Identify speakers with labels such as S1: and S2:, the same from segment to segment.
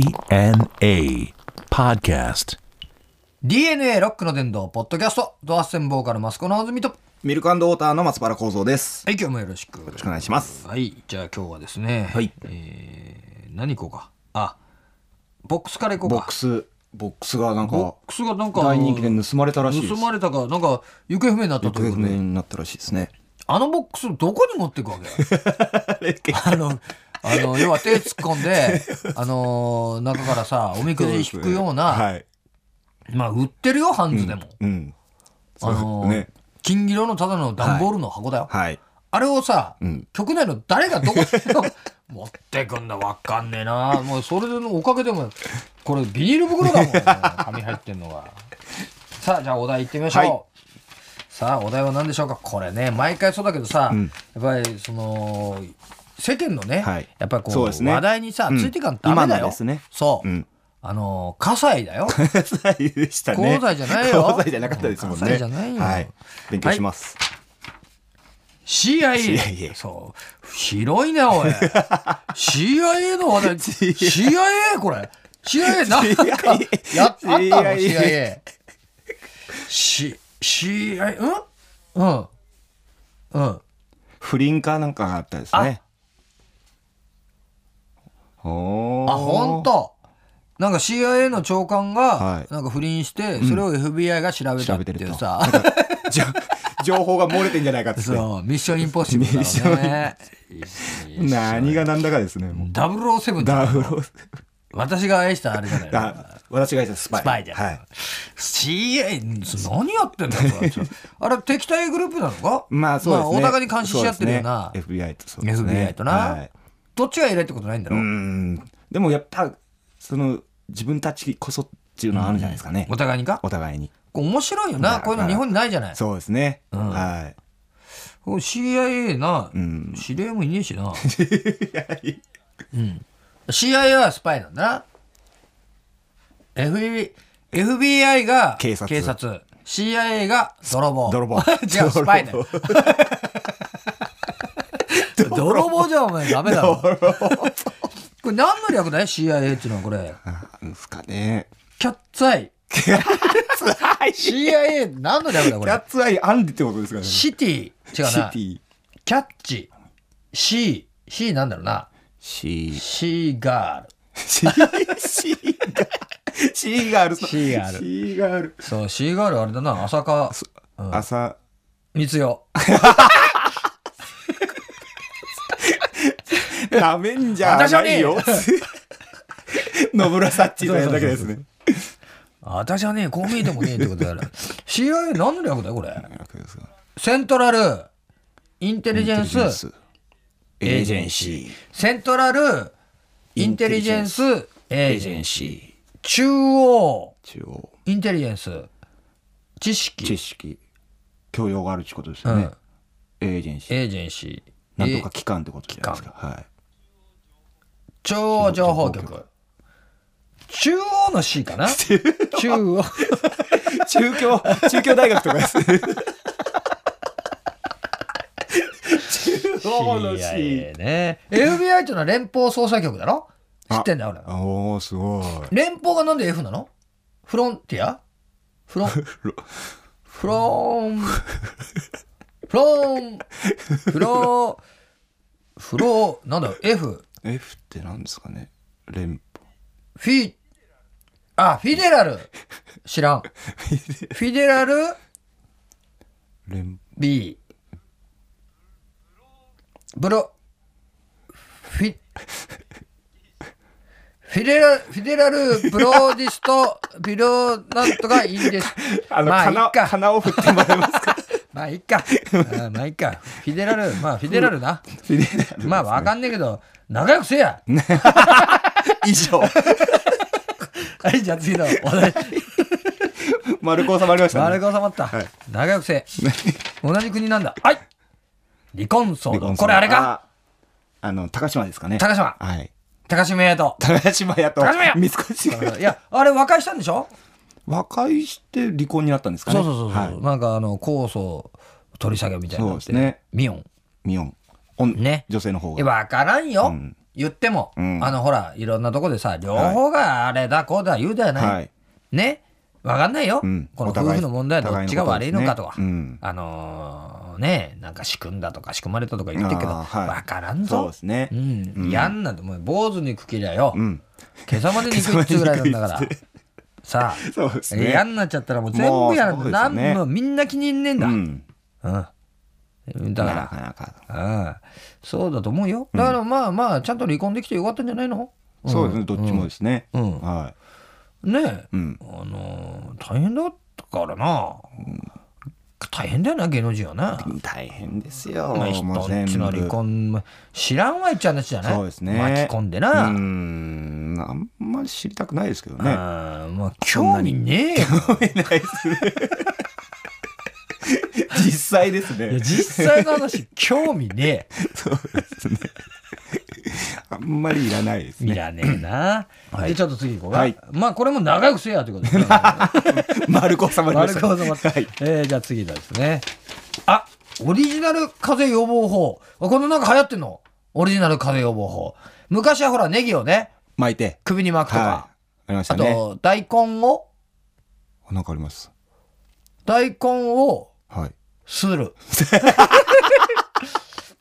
S1: DNA Podcast.
S2: DNA ロックの殿堂ポッドキャストドアステンボーカルマスコのあずみとは
S3: ミルクウォーターの松原幸三です。よ
S2: い今日もよろしく
S3: ろしくお願いします。
S2: はいじゃあ今日はですね
S3: はい
S2: えー、何行こうかあボックスから行こう
S3: ボ
S2: か
S3: ックス、ボックスがなん
S2: ボッ
S3: か、
S2: クスがなんか
S3: 大人気で盗まれたらしいです。
S2: 盗まれたかなんか行方不明になった
S3: 行
S2: と
S3: 方
S2: いう
S3: 不
S2: こと
S3: 明
S2: で
S3: になったらしいですね。
S2: あのボックスどこに持っていくわ けあのあの要は手突っ込ん であのー中からさおみくじ引くような、
S3: はい。
S2: まあ売ってるよハンズでも、
S3: うん。
S2: あのー
S3: ね。
S2: 金色のただの段ボールの箱だよ、
S3: はい。
S2: あれをさ、
S3: ん
S2: 局内の誰がどこ に持ってくんだわかんねえなもうそれのおかげでもこれビニール袋だもん紙入ってんのがさあじゃあお題いってみましょう、
S3: はい
S2: さあお題は何でしょうかこれね毎回そうだけどさ、
S3: ん
S2: やっぱりその世間のね、
S3: はい
S2: やっぱりこ
S3: そう
S2: う
S3: ですね
S2: 話題にさ、
S3: うん
S2: ついていかんとダメだよ
S3: 今のですね
S2: そう、
S3: うん
S2: あの葛西だよ
S3: そうでしたね。
S2: 香西じゃないよ
S3: 香西じゃなかったですもんね。
S2: 香西じゃないよ
S3: はい。勉強します。
S2: CIA,
S3: CIA
S2: そう広いねおい CIA の話題 CIA これ CIA なんかやあったの CIA
S3: CIA
S2: C CIA うんうんうん
S3: 不倫かなんかがあったですね。ほー
S2: あ本。当なんか CIA の長官
S3: は
S2: が
S3: い
S2: なんか不倫してそれを FBI が調べた
S3: 調
S2: っ
S3: べて
S2: て
S3: る
S2: い
S3: と
S2: うさ、
S3: じゃ情報が漏れてんじゃないかっつって。
S2: そうミッションインポッシブルだよね
S3: 何が何だかですね。もう
S2: 007だ
S3: ダブル。
S2: 私が愛したあれじゃないの
S3: あ、私が言ったスパイ。
S2: スパイじゃん
S3: はい。
S2: CA 何やってんだよそ れあれ敵対グループなのか
S3: まあそうですね。
S2: お互いに監視し合ってるような
S3: そうですね FBI とそうですね
S2: FBI とな、
S3: はい
S2: どっちが偉いってことないんだろ、
S3: うーん。でもやっぱその自分たちこそっていうのはあるんじゃないですかね。
S2: お互いにか
S3: お互いに。
S2: こう面白いよな
S3: だから
S2: こういうの日本にないじゃない
S3: そうですね。は
S2: こう CIA な、
S3: い。うん。
S2: 指令もいねえしな、 うん、CIA はスパイなんだな FBI, FBI が
S3: 警察
S2: CIA が泥棒
S3: 泥
S2: 違
S3: 棒
S2: うスパイだよ 泥棒じゃお前ダメだ ろこれ何の略だよ CIA っていうのはこれ
S3: あなんですかね。
S2: キャッツアイ
S3: キャッ
S2: CIA 何の略だよこれ
S3: ツアイアンディってことですかね。シ
S2: シティ違
S3: テ
S2: うな
S3: ィ。
S2: キャッチ C C なんだろうな
S3: C。
S2: C ガール
S3: C が。C がある。
S2: C がある
S3: C がある。
S2: そう、シーガールあれだな、浅香
S3: 朝。
S2: 光代。
S3: ダメんじゃ
S2: 私は
S3: な
S2: ね
S3: いよ。 野村サッチのやつだけですね。
S2: 私はね、こう見えてもねえってことだから。CIA 何の略だよ、これ。
S3: 楽ですか
S2: セントラル、インテリジェンス、
S3: エージェンシ
S2: セントラル、インテリジェンス、エ
S3: ー
S2: ージェンス。
S3: シ
S2: 中央、
S3: ー中央
S2: インテリジェンス、知識、
S3: 知識教養があるってことです
S2: う
S3: よね
S2: ん、
S3: エージェンシー
S2: エージェンシー、
S3: なんとか機関ってことじゃないですかはい
S2: え中央情報局。中央の C か な中央。
S3: 中京中京大学とか ですね中央の C
S2: CIA ね。FBI っていうのは連邦捜査局だろ知
S3: あ
S2: ってんだよ、俺。
S3: おおすごい
S2: 連邦がなんで F なのフロンティア フロン、フロ ン、フロン、フロー、フロー、なんだろう、F、
S3: F ってなんですかね連邦
S2: フィ、あ、フィデラル。知らん。フィデラル、
S3: 連
S2: B。ブロ、フィ、フィデラ、フィデラル、ブローディスト、ビロー、なんとかいいです。
S3: あの
S2: まあ、いい
S3: 鼻
S2: か。
S3: 鼻を振ってもらえます か
S2: まあいいか。あまあいいか。フィデラル、まあフィデラルな。まあわかんねえけど、仲良くせえや。
S3: 以上
S2: はい、じゃあ次のお題。
S3: 丸く収まりました
S2: 丸
S3: ね
S2: が収まった。仲良くせえ。同じ国なんだ。はい。離婚騒動。これあれか
S3: ああの高島ですかね
S2: 高島。
S3: はい
S2: 高島屋と。
S3: 高島屋と
S2: 高島屋
S3: 三越 が
S2: いや、あれ和解したんでしょ
S3: 和解して離婚になったんですかね
S2: そうそうそうそう。
S3: はい
S2: なんかあの、控訴取り下げみたいなのって
S3: そうですね
S2: ミオン。
S3: ミオンおん
S2: ね
S3: 女性の方
S2: いや、
S3: が
S2: わからんよ。
S3: うん
S2: い言っても、
S3: うん
S2: あのほらいろんなとこでさ両方があれだこうだ言うではない、
S3: はい
S2: ねわかんないよ、
S3: うん
S2: この
S3: お互い
S2: 夫婦の問題はどっちが悪いのかとか、
S3: お互いのことですねうん
S2: あのーねなんか仕組んだとか仕組まれたとか言ってるけど、
S3: あーはい
S2: わからん
S3: そう
S2: ぞ
S3: ですね
S2: う。ん、
S3: うん
S2: やんなんてもう坊主にく切りゃよ、
S3: うん。
S2: 今朝まで肉いっつうぐらいなんだ からさ
S3: そうです
S2: あ
S3: ね。
S2: 嫌になっちゃったらもう全部やら
S3: も
S2: な
S3: うそうです
S2: な
S3: よ
S2: ん
S3: ね
S2: もうみんな気に入んねえんだ、
S3: う
S2: うん
S3: ん。
S2: だか
S3: な
S2: ら
S3: かなか。
S2: ああそうだと思うよだからまあまあちゃんと離婚できてよかったんじゃないの、ん
S3: そうですね。どっちもですね。
S2: うん
S3: は
S2: ねえ
S3: い。うん。
S2: あのー大変だったからな、大変だよな芸能人はな
S3: 大変ですよ。
S2: まあ人
S3: もうん全
S2: ちの
S3: 部
S2: 離婚も知らんわいっちゃう話じゃない
S3: そうですね。
S2: 巻き込んでな、
S3: うーん。あんまり知りたくないですけどね。
S2: ああまあ興味ねえよ
S3: 実際です
S2: いや
S3: ね。
S2: 実際の話興味ね
S3: あんまりいらないです
S2: えい
S3: ね。
S2: らねえな、でちょっと次行こうか、
S3: はい
S2: まあこれも長くせえやということ で
S3: 丸く収まりま
S2: 丸
S3: し
S2: く
S3: た。
S2: 収まって、
S3: はい。
S2: えーじゃあ次ですねあオリジナル風邪予防法あこのなんか流行ってんのオリジナル風邪予防法昔はほらネギをね
S3: 巻いて。
S2: 首に巻くとか、
S3: はい。ありまし
S2: あ
S3: たね。
S2: と大根を
S3: なんかあります。
S2: 大根を
S3: はい。
S2: す る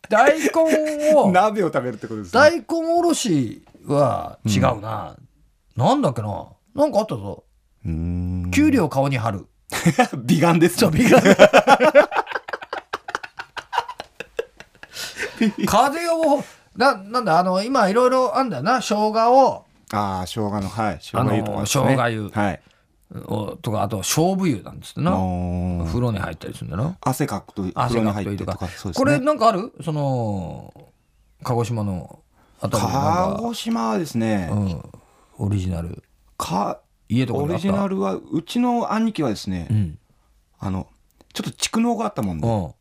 S2: 大根を
S3: 鍋を食べるってことですね。
S2: 大根おろしは違うな、なんだっけななんかあったぞ
S3: うーん。
S2: 給料顔に貼る、
S3: 美顔ですね。
S2: 風邪をななんだあの今いろいろあんだよな生姜を
S3: ああ、生姜の、はい。生姜湯とかですね。
S2: あの生姜湯
S3: はい。
S2: おとかあと勝負湯なんつってな
S3: おー
S2: 風呂に入ったりするんだな
S3: 汗かくと風
S2: 汗
S3: 呂に
S2: が
S3: 入
S2: 太
S3: っ
S2: い
S3: て
S2: と
S3: と
S2: か
S3: か、そうです
S2: こ
S3: ね。
S2: れなんかあるその鹿児島のあたりでなん
S3: 鹿
S2: か、
S3: 児島はですね、
S2: うん、オリジナル
S3: か
S2: 家とか
S3: オ
S2: にあっ
S3: リ
S2: た
S3: ジナルはうちの兄貴はですね、
S2: うん
S3: あのちょっと蓄能があったもんで、
S2: うん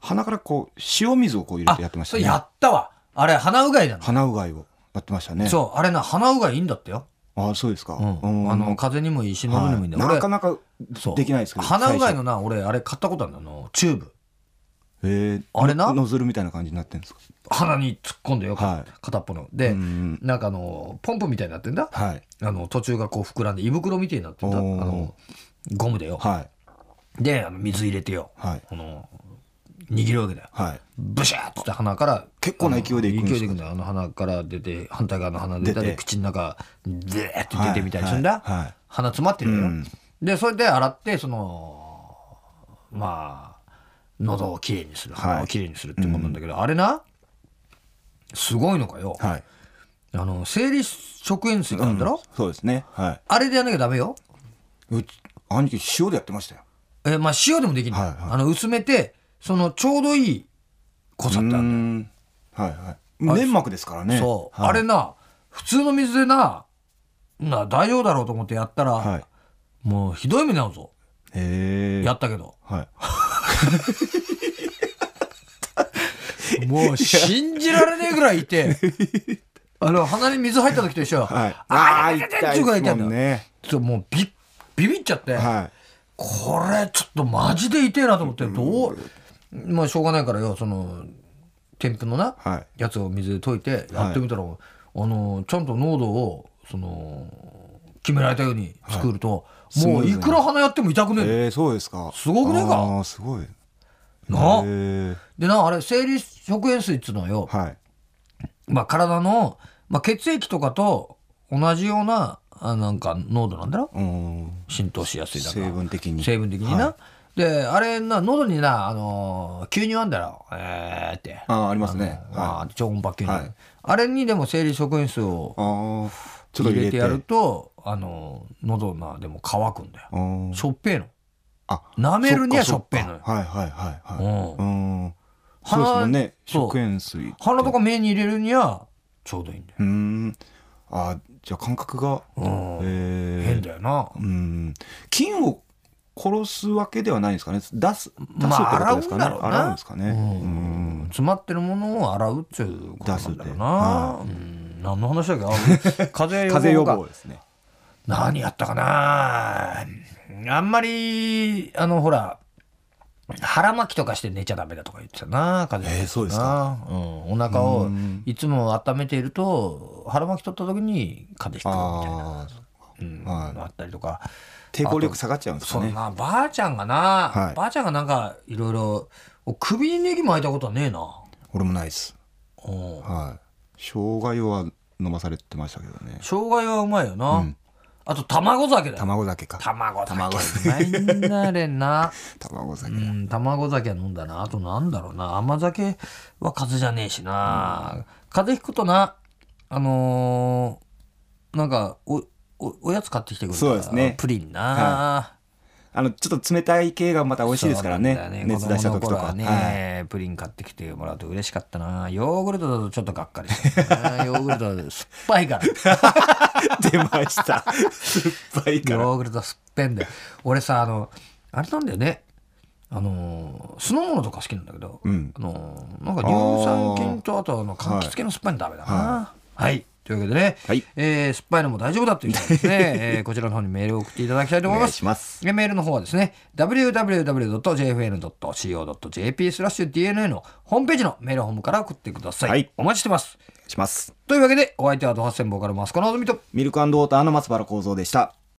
S3: 鼻からこう塩水をこう入れ
S2: あ
S3: てやってまし
S2: そ
S3: た
S2: れ
S3: ね
S2: やったわあれ鼻うがいなの
S3: 鼻うがいをやってましたね
S2: そうあれな鼻うがいいんだってよ
S3: ああそうですか、
S2: うん、あの風邪にもいいし喉にもいいんだよ、
S3: はいなか
S2: 俺
S3: なか
S2: そう
S3: できないですけど
S2: 鼻うがい
S3: 最
S2: のな俺あれ買ったことあるんだよあのチューブ
S3: 初へえ
S2: あれな
S3: ノズルみたいな感じになってるんですか
S2: 鼻に突っ込んでよ、
S3: はい
S2: 片っぽので、
S3: うん
S2: なんかあのポンプみたいになってんだ
S3: はい
S2: あの途中がこう膨らんで胃袋みたいになってんだあ
S3: おー
S2: のゴムでよ、
S3: はい
S2: であの水入れてよ
S3: はい
S2: この握るわけだよ
S3: はい
S2: ブシャーっつって鼻から
S3: 結構な勢いでいくんです
S2: 勢
S3: か
S2: いでいくんだよあの鼻から出て反対側の鼻出た
S3: 出
S2: り
S3: て
S2: 口の中でーって出てみたりするんだ、
S3: はいはいはい
S2: 鼻詰まってるよ、
S3: うん
S2: でそれで洗ってそのまあ喉をきれいにする
S3: はい
S2: 鼻をきれいにするってことなんだけど、あれなすごいのかよ、
S3: はい
S2: あの生理食塩水なんだろ、
S3: そうですねは
S2: あれでやんなきゃダメよ
S3: いうち兄貴塩でやってましたよ
S2: えまあ塩でもできない、
S3: はいはい
S2: あの薄めてそのちょうどいい濃さってあるんだよ
S3: うんはいはい粘膜ですからね
S2: そう、
S3: はい
S2: あれな普通の水でなな大丈夫だろうと思ってやったら、
S3: はい
S2: もうひどい目に遭うぞ
S3: へえ
S2: やったけ ど
S3: はい
S2: もう信じられねえぐらいい てあの鼻に水入った時と一緒よ、
S3: はい。
S2: あ
S3: あ
S2: あ
S3: ー
S2: 痛い痛い痛い痛い痛い
S3: ね。
S2: ちょっともうビビビっちゃって、
S3: は
S2: これちょっとマジで痛えなと思ってどう、まあしょうがないからよその天ぷのな、
S3: い。はい。
S2: やつを水で溶いてやってみたら、あのちゃんと濃度をその決められたように作ると、
S3: い
S2: も
S3: スムー
S2: う
S3: ズ
S2: い
S3: に
S2: くら鼻やっても痛くねえの、
S3: えー、そうですか。
S2: すごくねえか
S3: ああ、すごい。
S2: なあ
S3: えー
S2: でなあれ生理食塩水っつうのはよ、
S3: はい。
S2: まあ、体の、まあ、血液とかと同じようなあなんか濃度なんだろ
S3: うん。
S2: 浸透しやすいだから
S3: 成分的に。
S2: 成分的にな、であれな喉にな、あのー、吸入あんだろえーって
S3: ああ、ありますね。
S2: あ
S3: は
S2: ー超音波吸入、
S3: はい
S2: あれにでも生理食塩水を
S3: い。ああ、ちょっと
S2: 入
S3: 入
S2: れて
S3: れて。
S2: やるとあの喉なでも乾くんだよ
S3: あー
S2: しょっぺーの
S3: あ
S2: 舐めるにはしょっぺー
S3: そ
S2: の
S3: っ
S2: よ
S3: かはいはいはいはい。
S2: う
S3: うん。そうですもんね。
S2: そう
S3: 食塩水。
S2: 鼻とか目に入れるにはちょうどいいんだよ
S3: うーん。ああ、じゃあ感覚が。
S2: うん
S3: ええ
S2: 変だよな
S3: うん。菌を殺すわけではないんですかね。出す。出すって
S2: まあ
S3: こと
S2: 洗う
S3: で
S2: ん
S3: すかね。
S2: だろうな
S3: 洗うんですかね。うん
S2: うん詰まってるものを洗うっていうことなんだろうなうん何の話だっけ あ風邪予防
S3: 風邪予
S2: が
S3: 防ですね。
S2: 何やったかなあんまりあのほら腹巻きとかして寝ちゃダメだとか言ってたな風邪
S3: えーそうですか
S2: なうん、お腹を
S3: うん
S2: いつも温めていると腹巻き取った時に風邪ひくみたいな
S3: ああ
S2: うん
S3: はい
S2: あったりとか
S3: 抵抗力下がっちゃうんです
S2: そ
S3: か
S2: う
S3: ね
S2: なばあちゃんがな、
S3: はい
S2: ばあちゃんがなんかいろいろお首にネギ巻いたことはねえな
S3: 俺もないです
S2: うん
S3: はい生姜用は飲まされてましたけどね
S2: 生姜用はうまいよな、
S3: うん
S2: あと卵酒だよ
S3: 卵酒か
S2: 卵酒
S3: 卵
S2: うまいんだあれ な
S3: 卵酒
S2: う
S3: だ
S2: ん卵酒は飲んだなあとなんだろうな甘酒は風邪じゃねえしな、風邪ひくとなあのーなんかおおおやつ買ってきてくれるから
S3: そうですね
S2: プリンな、
S3: はあのちょっと冷たい系がまた美味しいですからね
S2: そうなんだよ
S3: 熱出した時
S2: 子
S3: と
S2: 供の頃
S3: か
S2: はね、
S3: はい
S2: プリン買ってきてもらうと嬉しかったなヨーグルトだとちょっとがっかりしたなヨーグルトは酸っぱいから
S3: 出ま した酸っぱいから
S2: ヨーグルト酸っぱいんだよ俺さあのあれなんだよねあのー酢の物とか好きなんだけど、
S3: ん
S2: あのーなんか乳酸菌とあとあの柑橘系の酸っぱいのダメだなはい、というわけでね、
S3: はい
S2: えー酸っぱいのも大丈夫だということでですね、え ーこちらの方にメールを送っていただきたいと思い
S3: お
S2: ま
S3: 願い
S2: す
S3: します
S2: えメールの方はですね、www.jfn.co.jp スラッシュ DNA のホームページのメールホームから送ってください。
S3: はい
S2: お待ちしてます。
S3: します
S2: というわけで、お相手はドハッセンボーカルマスコのぞみと、
S3: ミルクウォーターの松原幸三でした